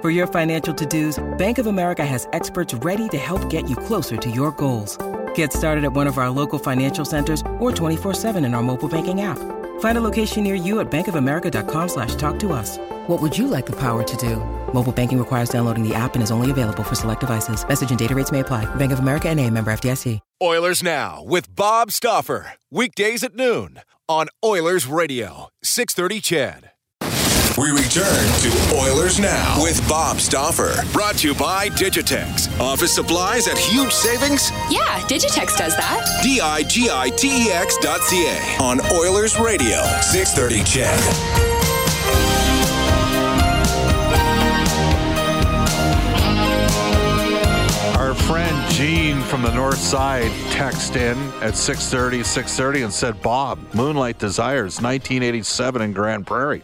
For your financial to-dos, Bank of America has experts ready to help get you closer to your goals. Get started at one of our local financial centers or 24-7 in our mobile banking app. Find a location near you at bankofamerica.com slash talk to us. What would you like the power to do? Mobile banking requires downloading the app and is only available for select devices. Message and data rates may apply. Bank of America and a member FDIC. Oilers Now with Bob Stoffer. Weekdays at noon on Oilers Radio, 630 Chad. We return to Oilers Now with Bob Stoffer. Brought to you by Digitex. Office supplies at huge savings? Yeah, Digitex does that. D I G I T E X dot C A. On Oilers Radio, 630 Chad. Our friend Gene from the north side texted in at 6.30, 6.30 and said, Bob, Moonlight Desires, 1987 in Grand Prairie.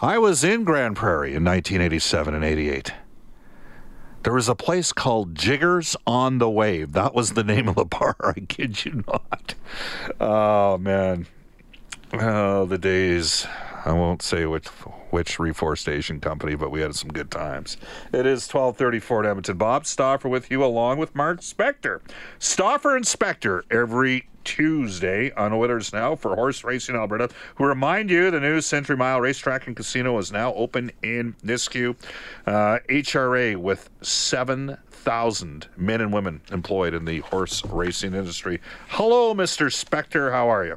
I was in Grand Prairie in 1987 and 88. There was a place called Jiggers on the Wave. That was the name of the bar. I kid you not. Oh man, oh the days. I won't say which which reforestation company, but we had some good times. It is 12:34 at Edmonton. Bob Stoffer with you, along with Mark Spector. Stoffer and Spector every Tuesday on Oilers Now for Horse Racing Alberta. Who remind you, the new Century Mile Racetrack and Casino is now open in Nisku. Uh, HRA with 7,000 men and women employed in the horse racing industry. Hello, Mr. Spector. How are you?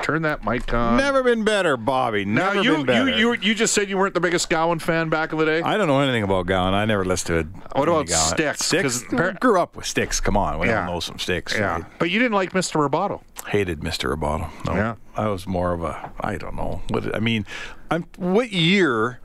Turn that mic on. Never been better, Bobby. Never now you, been better. You, you you just said you weren't the biggest Gowan fan back in the day. I don't know anything about Gowan. I never listened to. What about Gowan. Sticks? Sticks. Par- grew up with Sticks. Come on, we yeah. all know some Sticks. Yeah, right? but you didn't like Mr. Roboto. Hated Mr. Roboto. No, yeah, I was more of a I don't know what I mean. I'm what year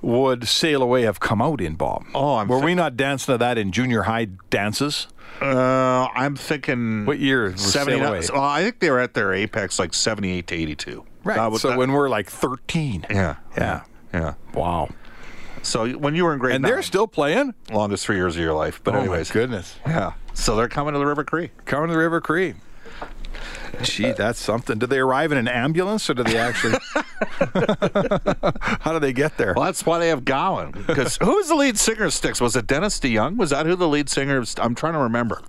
would Sail Away have come out in, Bob? Oh, I'm were th- we not dancing to that in junior high dances? Uh, I'm thinking what year? Seventy. Well, I think they were at their apex like seventy-eight to eighty-two. Right. Was, so that, when we're like thirteen. Yeah. Yeah. Yeah. Wow. So when you were in grade, and nine, they're still playing longest three years of your life. But oh anyways, goodness. Yeah. So they're coming to the River Cree. Coming to the River Cree. Gee, that's something. Do they arrive in an ambulance or do they actually? How do they get there? Well, that's why they have Gowan. Because who was the lead singer of Sticks? Was it Dennis DeYoung? Was that who the lead singer of I'm trying to remember.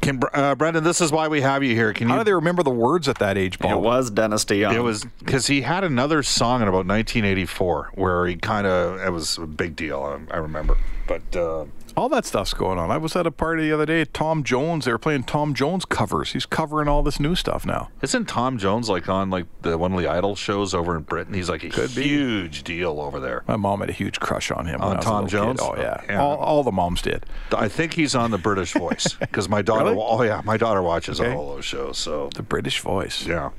Can, uh, Brendan, this is why we have you here. Can How you, do they remember the words at that age, Paul? It was Dennis DeYoung. It was because he had another song in about 1984 where he kind of, it was a big deal, um, I, I remember. But. Uh, all that stuff's going on. I was at a party the other day. Tom Jones, they were playing Tom Jones covers. He's covering all this new stuff now. Isn't Tom Jones like on like the one of the Idol shows over in Britain? He's like a Could huge be. deal over there. My mom had Oh, a huge crush on him. On Tom Jones? Kid. Oh yeah, yeah. All, all, the moms did. I think he's on the British Voice because my daughter. really? Oh yeah, my daughter watches okay. all those shows. So the British Voice. Yeah.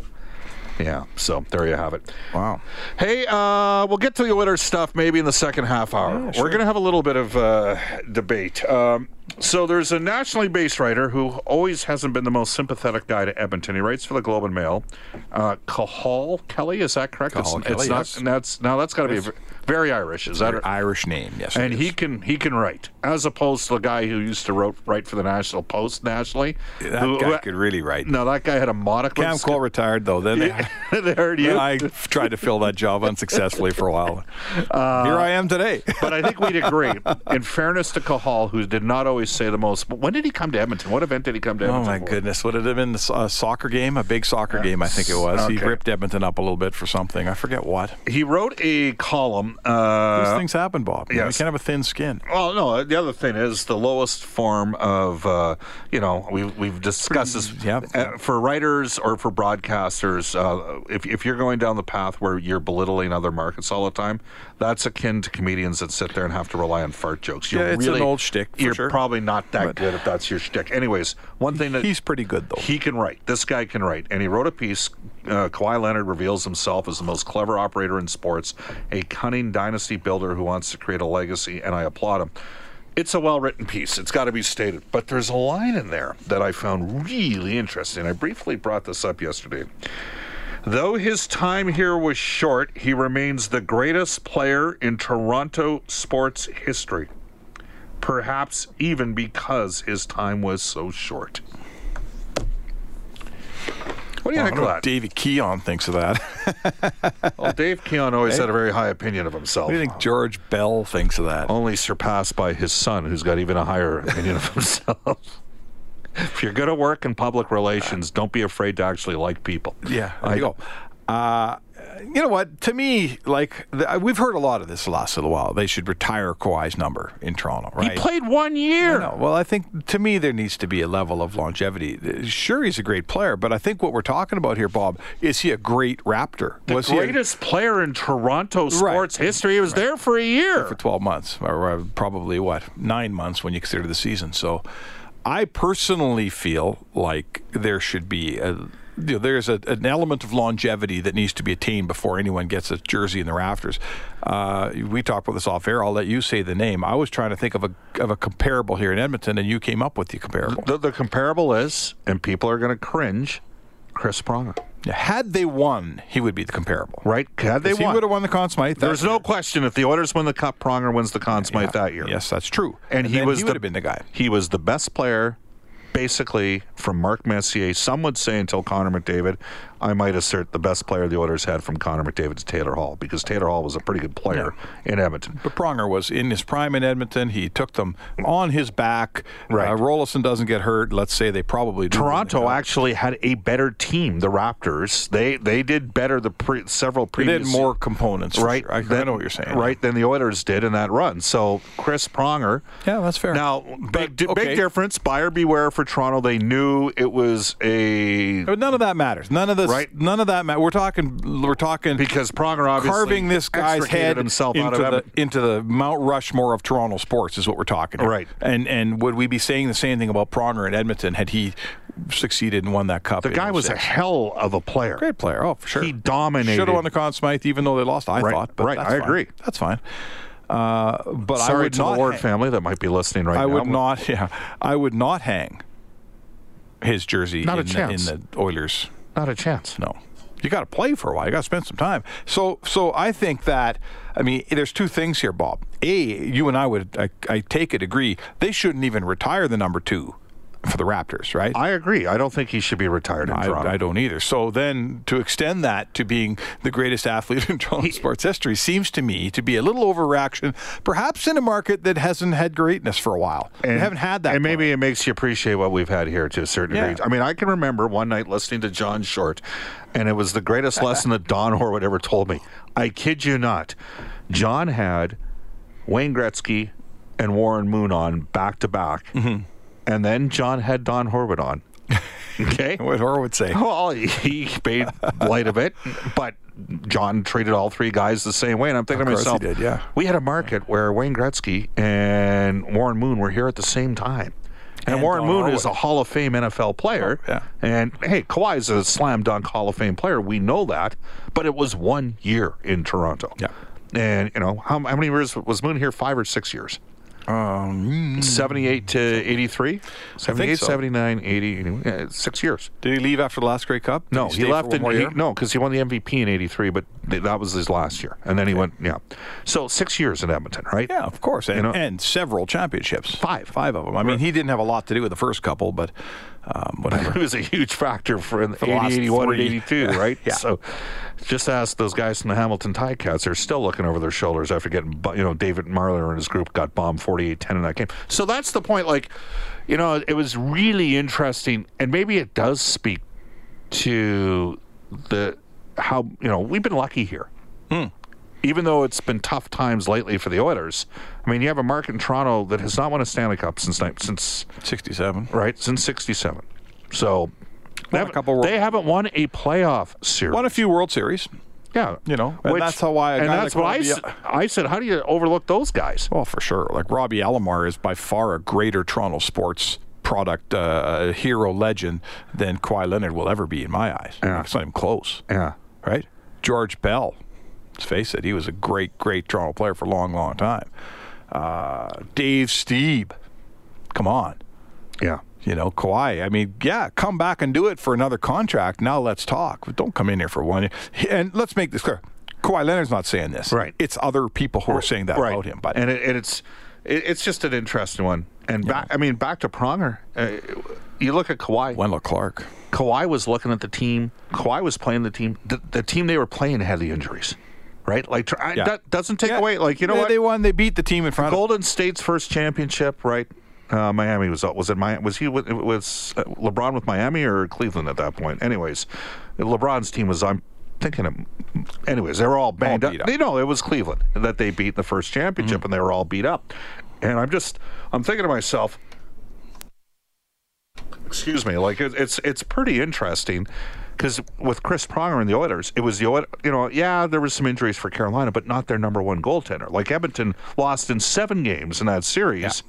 Yeah, so there you have it. Wow. Hey, uh, we'll get to the winter stuff maybe in the second half hour. Yeah, sure. We're going to have a little bit of uh, debate. Um, so there's a nationally based writer who always hasn't been the most sympathetic guy to Edmonton. He writes for the Globe and Mail. Uh, Cahal Kelly, is that correct? Cahal it's, Kelly, it's yes. not, that's now that's got to be v- very Irish. Is that an Irish name? Yes. And he can he can write as opposed to the guy who used to wrote, write for the National Post nationally. Yeah, that who, guy who, could really write. No, that guy had a monocle. Cam Cole retired though. Then they, they heard you. I tried to fill that job unsuccessfully for a while. Uh, Here I am today. but I think we'd agree. In fairness to Cahal, who did not always say the most. But when did he come to Edmonton? What event did he come to Oh Edmonton? my for? goodness! Would it have been a soccer game? A big soccer game, I think it was. He Okay. ripped Edmonton up a little bit for something. I forget what. He wrote a column. Uh, These things happen, Bob. You know, yes. You can't have a thin skin. Well, no. The other thing is the lowest form of, uh, you know, we, we've discussed this uh, for writers or for broadcasters. Uh, if, if you're going down the path where you're belittling other markets all the time, that's akin to comedians that sit there and have to rely on fart jokes. You're Yeah, it's an really, old shtick, for You're sure. probably not that But- good if that's your shtick. Anyways, one thing that He's pretty good though. he can write. This guy can write. And he wrote a piece. Uh, Kawhi Leonard reveals himself as the most clever operator in sports, a cunning dynasty builder who wants to create a legacy, and I applaud him. It's a well written piece. It's got to be stated. But there's a line in there that I found really interesting. I briefly brought this up yesterday. Though his time here was short, he remains the greatest player in Toronto sports history. Perhaps even because his time was so short. What do you Well, I think don't know of what that? Davey Keon thinks of that. Well, Dave Keon always had a very high opinion of himself. Oh, what do you think George Bell thinks of that? Only surpassed by his son, who's got even a higher opinion of himself. if you're going to work in public relations, don't be afraid to actually like people. Yeah, there I- you go. Uh, you know what? To me, like the, uh, we've heard a lot of this the last little while. They should retire Kawhi's number in Toronto, He right? played one year. No, well, I think to me there needs to be a level of longevity. Uh, Sure, he's a great player, but I think what we're talking about here, Bob, is he a great Raptor? The Was greatest player in Toronto sports history. He was there for a he a, for year. twelve months, or uh, probably what nine months when you consider the season? So, I personally feel like there should be a. You know, there's a, an element of longevity that needs to be attained before anyone gets a jersey in the rafters. Uh, we talked about this off air. I'll let you say the name. I was trying to think of a of a comparable here in Edmonton, and you came up with the comparable. The, the comparable is, and people are going to cringe, Chris Pronger. Had they won, he would be the comparable. Right? Had they If he would won. have won the Conn Smythe. that- There's no question if the Oilers win the cup, Pronger wins the Conn Smythe that year. Yes, that's true. And, he then was he the, would have been the guy. He was the best player, basically, from Mark Messier. Some would say until Connor McDavid. I might assert the best player the Oilers had from Connor McDavid to Taylor Hall because Taylor Hall was a pretty good player in Edmonton. But Pronger was in his prime in Edmonton. He took them on his back. Right. Uh, Rollison doesn't get hurt. Let's say they probably do. win the Toronto cup. actually had a better team, the Raptors. They they did better the pre, several They previous had more components. for right sure. I, I than- know what you're saying. right than the Oilers did in that run. So Chris Pronger. Yeah, that's fair. Now But, big di- okay. big difference. Buyer beware for Toronto. They knew it was a But none of that matters. None of this. Right. None of that matters. We're talking. We're talking. because Pronger obviously carving this guy's extricated head himself into, out of the, Edmonton. into the Mount Rushmore of Toronto sports is what we're talking about. Right. And and would we be saying the same thing about Pronger in Edmonton had he succeeded and won that cup? The in guy was a 06? hell of a player. great player. Oh, for sure. He dominated. Should have won the Conn Smythe, even though they lost. I Right, thought. But right, that's I fine. agree. That's fine. Uh, but I Sorry would to not. the Ward hang- family that might be listening right I now. would not. Yeah, I would not hang his jersey Not a in, the- chance. in the Oilers Not a chance. no. You got to play for a while. You got to spend some time. So, so I think that I mean, there's two things here, Bob. A, you and I would, I, I take it, agree. They shouldn't even retire the number two for the Raptors, right? I agree. I don't think he should be retired in Toronto. I, I don't either. So then, to extend that to being the greatest athlete in Toronto sports history seems to me to be a little overreaction, perhaps in a market that hasn't had greatness for a while. they haven't had that. And player. maybe it makes you appreciate what we've had here to a certain Yeah. degree. I mean, I can remember one night listening to John Short, and it was the greatest lesson that Don Horwood ever told me. I kid you not. John had Wayne Gretzky and Warren Moon on back to back, Mm-hmm. and then John had Don Horwood on. Okay. what Horwood say. Oh, Well, he made light of it, but John treated all three guys the same way. And I'm thinking Of to course he myself, did, yeah. we had a market where Wayne Gretzky and Warren Moon were here at the same time. And, And Warren Don Moon Harwood. is a Hall of Fame NFL player. Oh, yeah. And hey, Kawhi is a slam dunk Hall of Fame player. We know that. But it was one year in Toronto. Yeah. And, you know, how, how many years was Moon here? Five or six years? Um, 78 to 83? 78, so. 79, 80, 81, yeah, six years. did he leave after the last Great Cup? Did No, stay he for left one in more he, year? no because he won the MVP in '83, but th- that was his last year, and then he went yeah. So six years in Edmonton, right? Yeah, of course, and, know? and several championships. Five. five of them. I mean, he didn't have a lot to do with the first couple, but um, whatever. it was a huge factor for in the For the last 80, 81, and three. 82, right? Yeah. So just ask those guys from the Hamilton Tie Cats. They're still looking over their shoulders after getting, bu- you know, David Marler and his group got bombed 48 10 in that game. So that's the point. Like, you know, it was really interesting. And maybe it does speak to the how, you know, we've been lucky here. Hmm. Even though it's been tough times lately for the Oilers, I mean, you have a market in Toronto that has not won a Stanley Cup since ni- since 67. right? Since '67. So they Won a haven't, couple World- they haven't won a playoff series. Won a few World Series. yeah, You know, and that's how why. a and guy that's like what I, Robbie- s- I said. How do you overlook those guys? Well, for sure. Like Robbie Alomar is by far a greater Toronto sports product, uh, hero, legend than Kawhi Leonard will ever be in my eyes. Yeah. It's not even close. Yeah. Right? George Bell, let's face it, he was a great, great Toronto player for a long, long time. Uh, Dave Steeb, come on. Yeah, You know, Kawhi. I mean, yeah, come back and do it for another contract. Now let's talk. But don't come in here for one year. And let's make this clear. Kawhi Leonard's not saying this. Right. It's other people who are saying that about him. But and, it, and it's it, it's just an interesting one. And back, I mean, back to Pronger. Uh, you look at Kawhi. Wendell Clark. Kawhi was looking at the team. Kawhi was playing the team. The, the team they were playing had the injuries, right? Like tr- I, Yeah. that doesn't take Yeah. away. Like you know they, what? They won. They beat the team in front of Golden State's first championship, right? Uh, Miami was was it Miami? Was he with, was uh, LeBron with Miami or Cleveland at that point? Anyways, LeBron's team was I'm thinking of. Anyways, they were all banged beat up. up. Mm-hmm. You know, it was Cleveland that they beat in the first championship, and they were all beat up. And I'm just I'm thinking to myself, excuse me, like it, it's it's pretty interesting. Because with Chris Pronger and the Oilers, it was the Oilers, you know, yeah, there was some injuries for Carolina, but not their number one goaltender. Like Edmonton lost in seven games in that series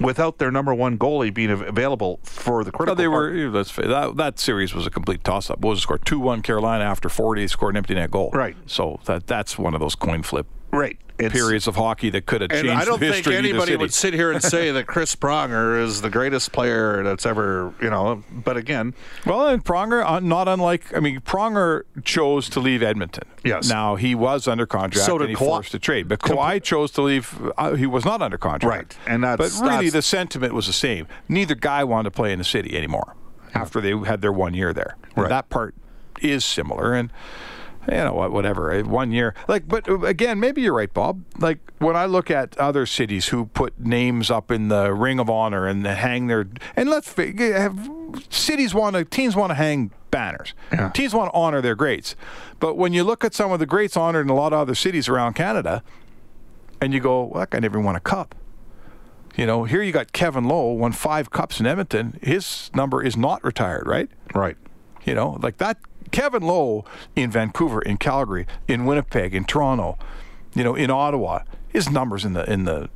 without their number one goalie being av- available for the critical. Well, they part. were. Let's face that that series was a complete toss-up. What was the score? Two-one Carolina after forty they scored an empty net goal. Right. So that that's one of those coin flip right. It's- periods of hockey that could have changed And I don't the think history of either anybody city. would sit here and say that Chris Pronger is the greatest player that's ever, you know. But again, Well, and Pronger, uh, not unlike, I mean, Pronger chose to leave Edmonton. Yes. Now he was under contract. So did and he Kawhi. forced a trade, but Kawhi chose to leave. Uh, he was not under contract. Right, and that's- but really that's- the sentiment was the same. Neither guy wanted to play in the city anymore after they had their one year there. And Right. That part is similar, and you know what, whatever. eh, One year, like, but uh, again, maybe you're right, Bob. Like when I look at other cities who put names up in the Ring of Honor and hang their and let's fa- g- have cities want to teams want to hang banners. Teams want to honor their greats, but when you look at some of the greats honored in a lot of other cities around Canada, and you go, well, that guy never won a cup. You know, here you got Kevin Lowe won five cups in Edmonton. His number is not retired, right? right, You know, like that Kevin Lowe in Vancouver, in Calgary, in Winnipeg, in Toronto, you know, in Ottawa, his numbers in the in the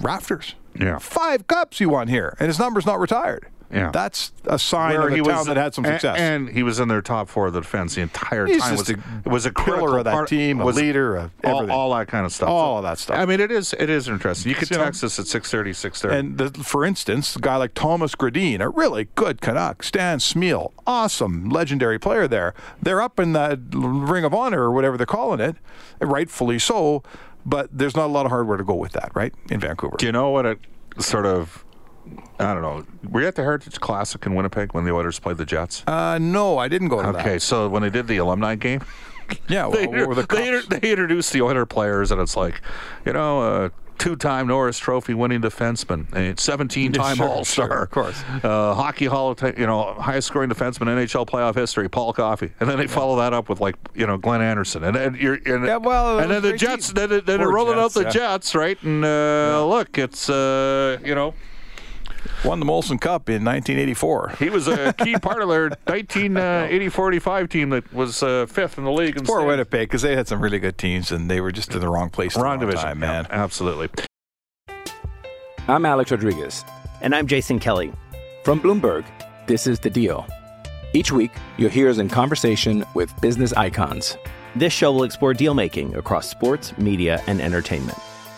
rafters. Yeah. Five cups he won here, and his number's not retired. Yeah. That's a sign Where of a he town was- that had some a- success. And, he was in their top four of the defense the entire He's time. just was, a was a pillar critical of that part- team, a was leader of all, everything. all that kind of stuff. All of that stuff. I mean, it is it is interesting. You could You know? text us at 630, 630. And the, for instance, a guy like Thomas Gradine, a really good Canuck, Stan Smeal, awesome, legendary player there. They're up in that l- Ring of Honor or whatever they're calling it, and rightfully so. But there's not a lot of hardware to go with that, right? In Vancouver. Do you know what it sort of? I don't know. Were you at the Heritage Classic in Winnipeg when the Oilers played the Jets? Uh, no, I didn't go to okay, so when they did the alumni game, that. Yeah, well, they, what were the they, cups? they introduced the Oiler players, and it's like, you know, uh, two-time Norris Trophy winning defenseman, a 17-time Yes, sure, All-Star, sure, of course. uh, hockey Hall of Ta- you know, highest-scoring defenseman in NHL playoff history, Paul Coffey, and then they follow that up with like, you know, Glenn Anderson, and then you're, and, Yeah, well, and then it was the a great Jets, team. then, then they're Poor rolling Jets, out the yeah. Jets, right? And uh, look, it's uh, you know. Won the Molson Cup in 1984. He was a key part of their 1980-45 team that was uh, fifth in the league. in Poor standings. Winnipeg, because they had some really good teams, and they were just in the wrong place, at the Wrong division, time, Yeah, man. absolutely. I'm Alex Rodriguez. And I'm Jason Kelly. From Bloomberg, this is The Deal. Each week, you'll hear us in conversation with business icons. This show will explore deal making across sports, media, and entertainment.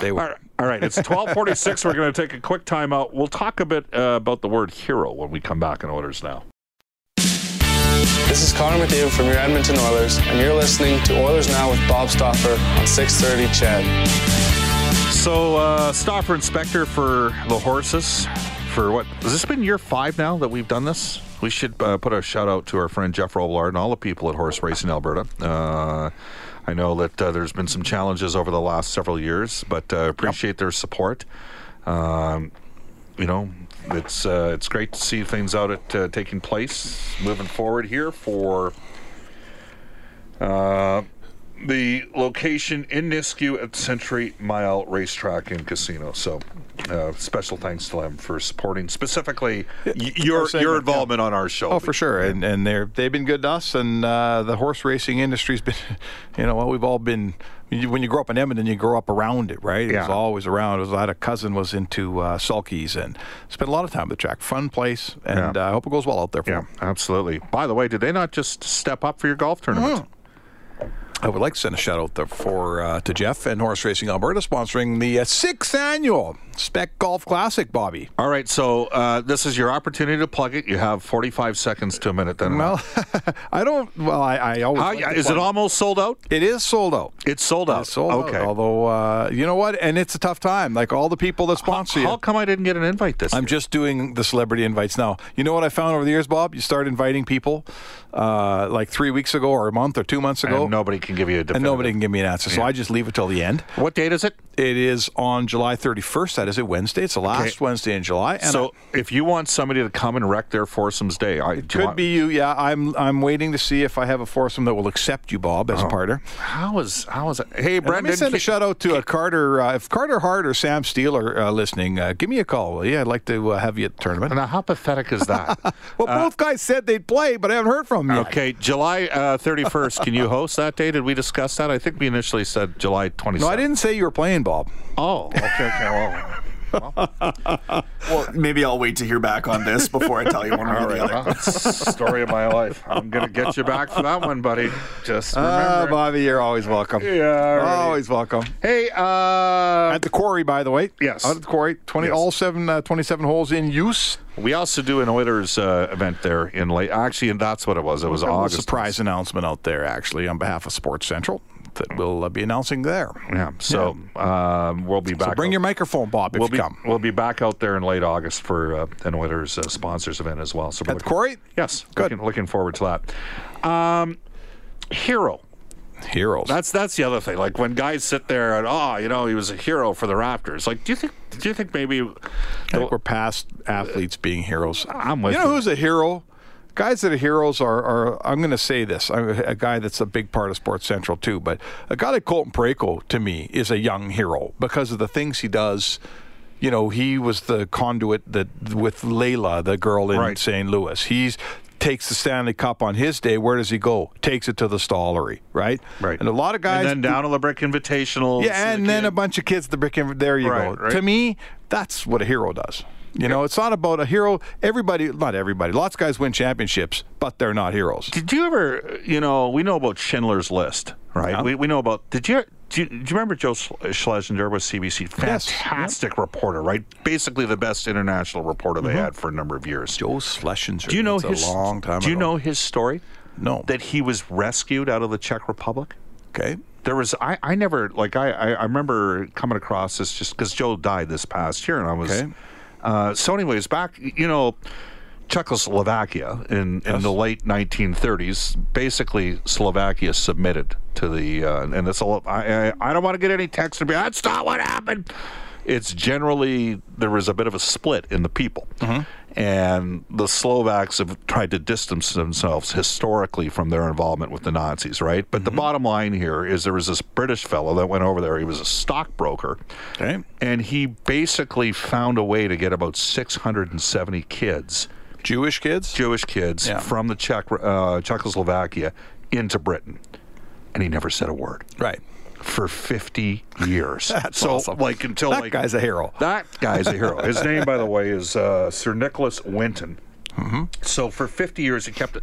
They were. All right, it's 1246. We're going to take a quick timeout. We'll talk a bit uh, about the word hero when we come back in orders now. This is Connor McDavid from your Edmonton Oilers, and you're listening to Oilers Now with Bob Stoffer on 630 Chad. So, uh, Stoffer Inspector for the horses. For what? Has this been year five now that we've done this? We should uh, put a shout out to our friend Jeff Robillard and all the people at Horse Racing Alberta. Uh, I know that uh, there's been some challenges over the last several years, but uh, appreciate their support. Um, you know, it's uh, it's great to see things out at uh, taking place moving forward here for uh, the location in Nisku at Century Mile Racetrack and Casino. So, uh, special thanks to them for supporting specifically y- your segment, your involvement on our show. Oh, for sure, and and they're they've been good to us, and uh, the horse racing industry's been, you know, well, we've all been. you- When you grow up in Edmonton, you grow up around it, right? It was Yeah. always around. It was, I had a cousin was into uh, sulkies and spent a lot of time at the track. Fun place, and uh, I hope it goes well out there for Yeah, them. absolutely. By the way, did they not just step up for your golf Mm-hmm. tournament? I would like to send a shout out there for uh, to Jeff and Horse Racing Alberta sponsoring the uh, sixth annual Spec Golf Classic, Bobby. All right, so uh, this is your opportunity to plug it. You have 45 seconds to a minute. Then, Well, I don't. Well, I, I always. How- like to is it plug- almost sold out? It is sold out. It's sold out. It's sold out, okay. Although, uh, you know what? And it's a tough time. Like all the people that sponsor How you. come I didn't get an invite this? I'm just doing the celebrity invites now. You know what I found over the years, Bob? You start inviting people uh, like three weeks ago or a month or two months ago. And nobody can give you a definitive. and nobody can give me an answer. So I just leave it till the end. What date is it? It is on July 31st. That is a Wednesday. It's the last Wednesday in July. And so if you want somebody to come and wreck their foursomes day, I, I- could be you. Yeah, I'm I'm waiting to see if I have a foursome that will accept you, Bob, as a Oh. partner. How is how is it? Hey, And Brendan. Let me send a ca- shout out to uh Carter. Uh, if Carter Hart or Sam Steele are uh, listening, uh, give me a call, will you? I'd like to uh, have you at the tournament. Now, how pathetic is that? well, Uh, both guys said they'd play, but I haven't heard from them yet. okay, July uh, 31st. Can you host that day? Did we discuss that? I think we initially said July 27th. No, I didn't say you were playing, Bob. Oh, okay, okay. Well, Well, maybe I'll wait to hear back on this before I tell you one way or the All right, other. well, story of my life. I'm gonna get you back for that one, buddy. Just Ah, remember. Bobby, you're always welcome. Yeah, all right. Always welcome. hey, uh, At the quarry, by the way. Yes. Out at the quarry. 20, Yes. All seven, uh, 27 holes in use. we also do an Oilers uh, event there in late. Actually, and that's what it was. It was Got a little August. surprise announcement out there, actually, on behalf of Sports Central that we'll uh, be announcing there. Yeah. So Um, we'll be back. So bring out- your microphone, Bob, if We'll you be come. we'll be back out there in late August for uh, an Oilers uh, sponsors event as well. So we're At the looking- quarry? Yes. Good. Looking, looking forward to that. Um, hero. Heroes. That's that's the other thing. Like when guys sit there and oh, you know, he was a hero for the Raptors. Like, do you think do you think maybe I think we're past athletes being heroes. I'm with you know you. who's a hero? Guys that are heroes are, are I'm going to say this. I'm a, a guy that's a big part of Sports Central too, but a guy like Colton Pareko to me is a young hero because of the things he does. You know, he was the conduit that with Layla, the girl in Right. St. Louis. He's takes the Stanley Cup on his day. Where does he go? Takes it to the stallery, right? Right. And a lot of guys and then down on the brick invitational. yeah, and then a bunch of kids at the brick. And there you Right, go. right. To me, that's what a hero does. You know, it's not about a hero. Everybody, not everybody. Lots of guys win championships, but they're not heroes. Did you ever, you know, we know about Schindler's List, right? Yeah. We, we know about. Did you, do you do you remember Joe Schl- Schlesinger was CBC? Yes. Fantastic reporter, right? Basically the best international reporter they had for a number of years. Mm-hmm. Joe Schlesinger. do you know It's his a long time? Do you ago. know his story? No. That he was rescued out of the Czech Republic. Okay. There was I, I never like I, I I remember coming across this just because Joe died this past year and I was Okay. uh, so anyways back you know Czechoslovakia in in the late 1930s basically Slovakia submitted to the uh, and it's all I I, I don't want to get any text to be that's not what happened it's generally there was a bit of a split in the people. Mm-hmm. And the Slovaks have tried to distance themselves historically from their involvement with the Nazis, right? But the bottom line here is there was this British fellow that went over there. He was a stockbroker. Okay. And he basically found a way to get about 670 kids. Jewish kids? Jewish kids Yeah. from the Czech, uh, Czechoslovakia into Britain. And he never said a word. Right. For 50 years. That's so, awesome. like, until That like, guy's a hero. That guy's a hero. His name, by the way, is uh, Sir Nicholas Winton. Mm-hmm. So, for 50 years, he kept it.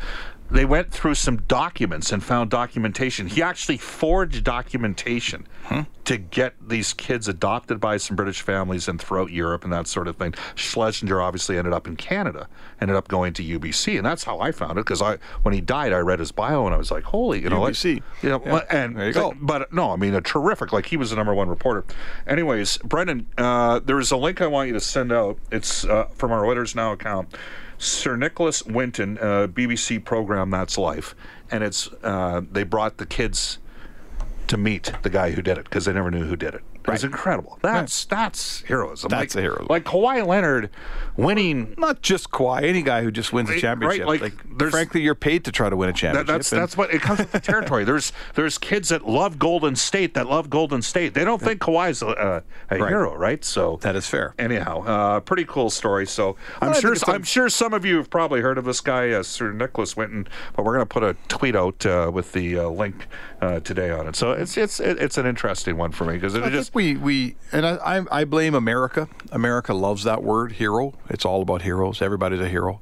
They went through some documents and found documentation. He actually forged documentation Hmm. to get these kids adopted by some British families and throughout Europe and that sort of thing. Schlesinger obviously ended up in Canada, ended up going to UBC, and that's how I found it because I, when he died, I read his bio and I was like, "Holy, you know, like- UBC. you know, Yeah. and There you go. but no, I mean, a terrific. Like he was the number one reporter. Anyways, Brendan, uh, there is a link I want you to send out. It's uh, from our Oilers Now account. Sir Nicholas Winton, uh, BBC program That's Life, and it's uh, they brought the kids to meet the guy who did it because they never knew who did it. It was incredible. That's that's heroism. That's like, a hero. Like Kawhi Leonard winning. Not just Kawhi, any guy who just wins a Right, championship. like, like, there's- frankly, you're paid to try to win a championship. That, that's and- that's what it comes with the territory. There's there's kids that love Golden State that love Golden State. They don't think Kawhi's a, a, a Right. hero, right? So that is fair. anyhow, uh, pretty cool story. So I'm I think sure it's a- I'm sure some of you have probably heard of this guy, uh, Sir Nicholas Winton. But we're gonna put a tweet out uh, with the uh, link uh, today on it. So it's it's it- it's an interesting one for me because it I just think we we and I, I I blame America. America loves that word hero. It's all about heroes. Everybody's a hero.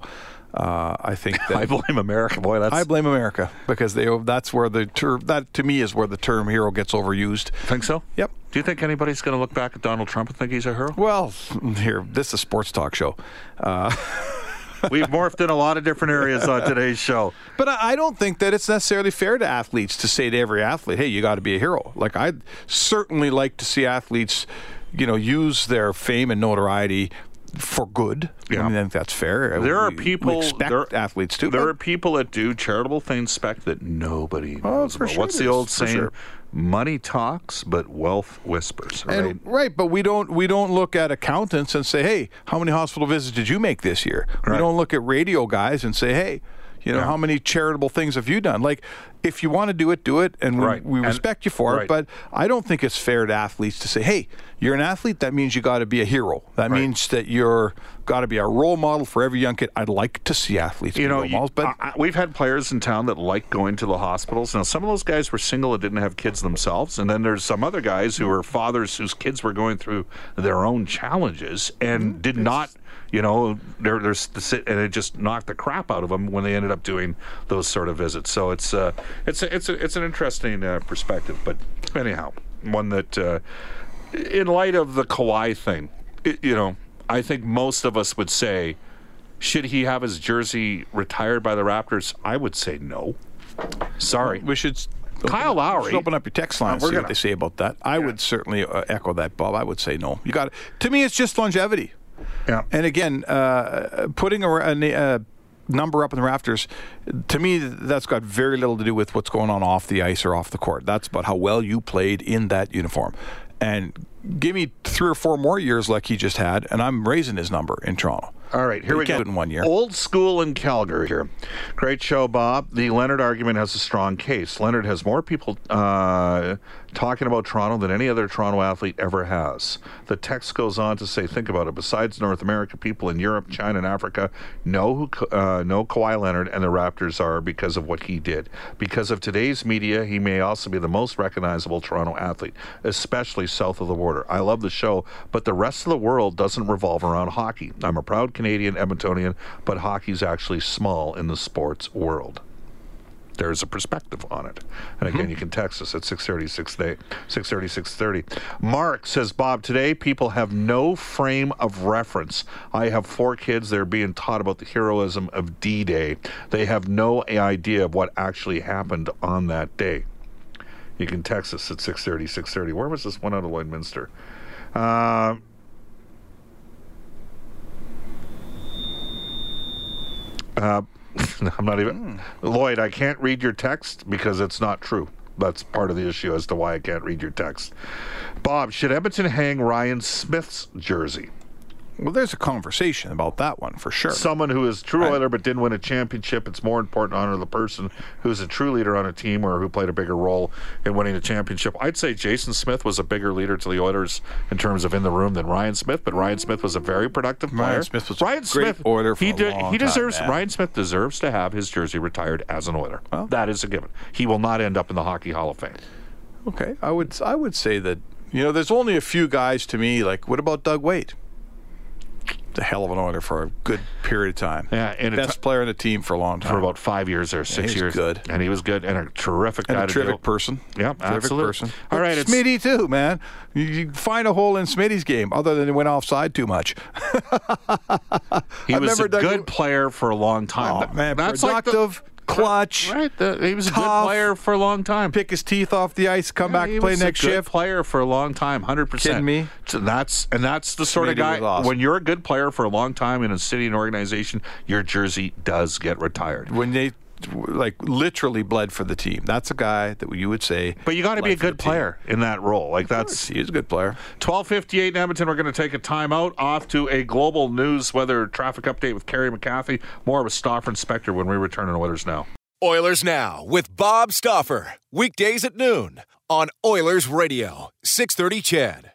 Uh, I think that I blame America, boy. That's I blame America because they that's where the term that to me is where the term hero gets overused. think so. Yep. Do you think anybody's gonna look back at Donald Trump and think he's a hero? Well, here this is a sports talk show. Uh, We've morphed in a lot of different areas on today's show. But I, I don't think that it's necessarily fair to athletes to say to every athlete, "Hey, you got to be a hero." Like I'd certainly like to see athletes, you know, use their fame and notoriety for good. Yeah. I, mean, I think that's fair. There are We- we people. expect there, athletes to. There but are people that do charitable things spec that nobody knows Oh, for about. sure What's the there's- old for saying? sure. Money talks, but wealth whispers. Right. And, right, but we don't we don't look at accountants and say, "Hey, how many hospital visits did you make this year?" Right. We don't look at radio guys and say, "Hey, you know, Yeah. how many charitable things have you done?" Like, if you want to do it, do it, and we, Right. we And- respect you for right. it. But I don't think it's fair to athletes to say, "Hey, you're an athlete. That means you got to be a hero. That Right. means that you're got to be a role model for every young kid." I'd like to see athletes, you be know, role you- models, but I- I- we've had players in town that like going to the hospitals. Now, some of those guys were single and didn't have kids themselves, and then there's some other guys who were fathers whose kids were going through their own challenges and did not, you know, they're, they're s- sit- and it just knocked the crap out of them when they ended up doing those sort of visits. So it's uh, it's a, it's a, it's an interesting uh, perspective, but anyhow, one that uh, in light of the Kawhi thing, it, you know, I think most of us would say. Should he have his jersey retired by the Raptors? I would say no. Sorry. we should. s- Kyle open, Lowry. should open up your text Uh, line. and we're see gonna- what they say about that. I would certainly uh, echo that, Bob. I would say no. You got to me. It's just longevity. Yeah. And again, uh, putting a, ra- a, na- uh number up in the rafters, to me, that's got very little to do with what's going on off the ice or off the court. That's about how well you played in that uniform. And give me three or four more years like he just had, and I'm raising his number in Toronto. All right, here They we go. can't do it in one year. Old school in Calgary here. Great show, Bob. The Leonard argument has a strong case. Leonard has more people uh, talking about Toronto than any other Toronto athlete ever has. The text goes on to say, think about it. Besides North America, people in Europe, China, and Africa know who Ka- uh, know Kawhi Leonard and the Raptors are because of what he did. Because of today's media, he may also be the most recognizable Toronto athlete, especially south of the border. I love the show, but the rest of the world doesn't revolve around hockey. I'm a proud Canadian Edmontonian, but hockey's actually small in the sports world. There's a perspective on it. And again, you can text us at 630 630 630. Mark says, Bob, today people have no frame of reference. I have four kids. They're being taught about the heroism of D Day. They have no idea of what actually happened on that day. You can text us at 630 630. Where was this one out of Lloydminster? Uh, uh, I'm not even. Lloyd, I can't read your text because it's not true. that's part of the issue as to why I can't read your text. Bob, should Edmonton hang Ryan Smith's jersey? Well, there's a conversation about that one for sure. Someone who is true leader but didn't win a championship, it's more important to honor the person who's a true leader on a team or who played a bigger role in winning a championship. I'd say Jason Smith was a bigger leader to the Oilers in terms of in the room than Ryan Smith, but Ryan Smith was a very productive player. Ryan Smith was Ryan a great Smith, Oiler for he a long he deserves time, man. Ryan Smith deserves to have his jersey retired as an Oiler. that is a given. He will not end up in the Hockey Hall of Fame. Okay, I would I would say that you know there's only a few guys to me like what about Doug Waite? The hell of an order for a good period of time. Yeah, and best player on the team for a long time. For about five years or six he was years, good. and he was good and a terrific And guy a to terrific deal- person. Yep, terrific absolutely. person. All But right, it's- Smitty too, man. You, you find a hole in Smitty's game, other than it went offside too much. He I was a remember Doug- good player for a long time. Oh, man, That's like the- productive, clutch. Right, the- he was a good tough, player for a long time. Pick his teeth off the ice, come back, he play was next a good shift. Player for a long time, hundred percent. Kidding me? that's and that's the sort of Smitty guy. was awesome. When you're a good player for a long time in a city and organization, your jersey does get retired. When they like literally bled for the team. That's a guy that you would say. But you got to be a bled for the good team. player in that role. Like that's He is a good player. 12:58 in Edmonton. We're going to take a timeout off to a global news weather traffic update with Kerry McCaffey. More with Stoffer and Spector when we return on Oilers now. Oilers Now with Bob Stoffer. Weekdays at noon on Oilers Radio, 630 Chad.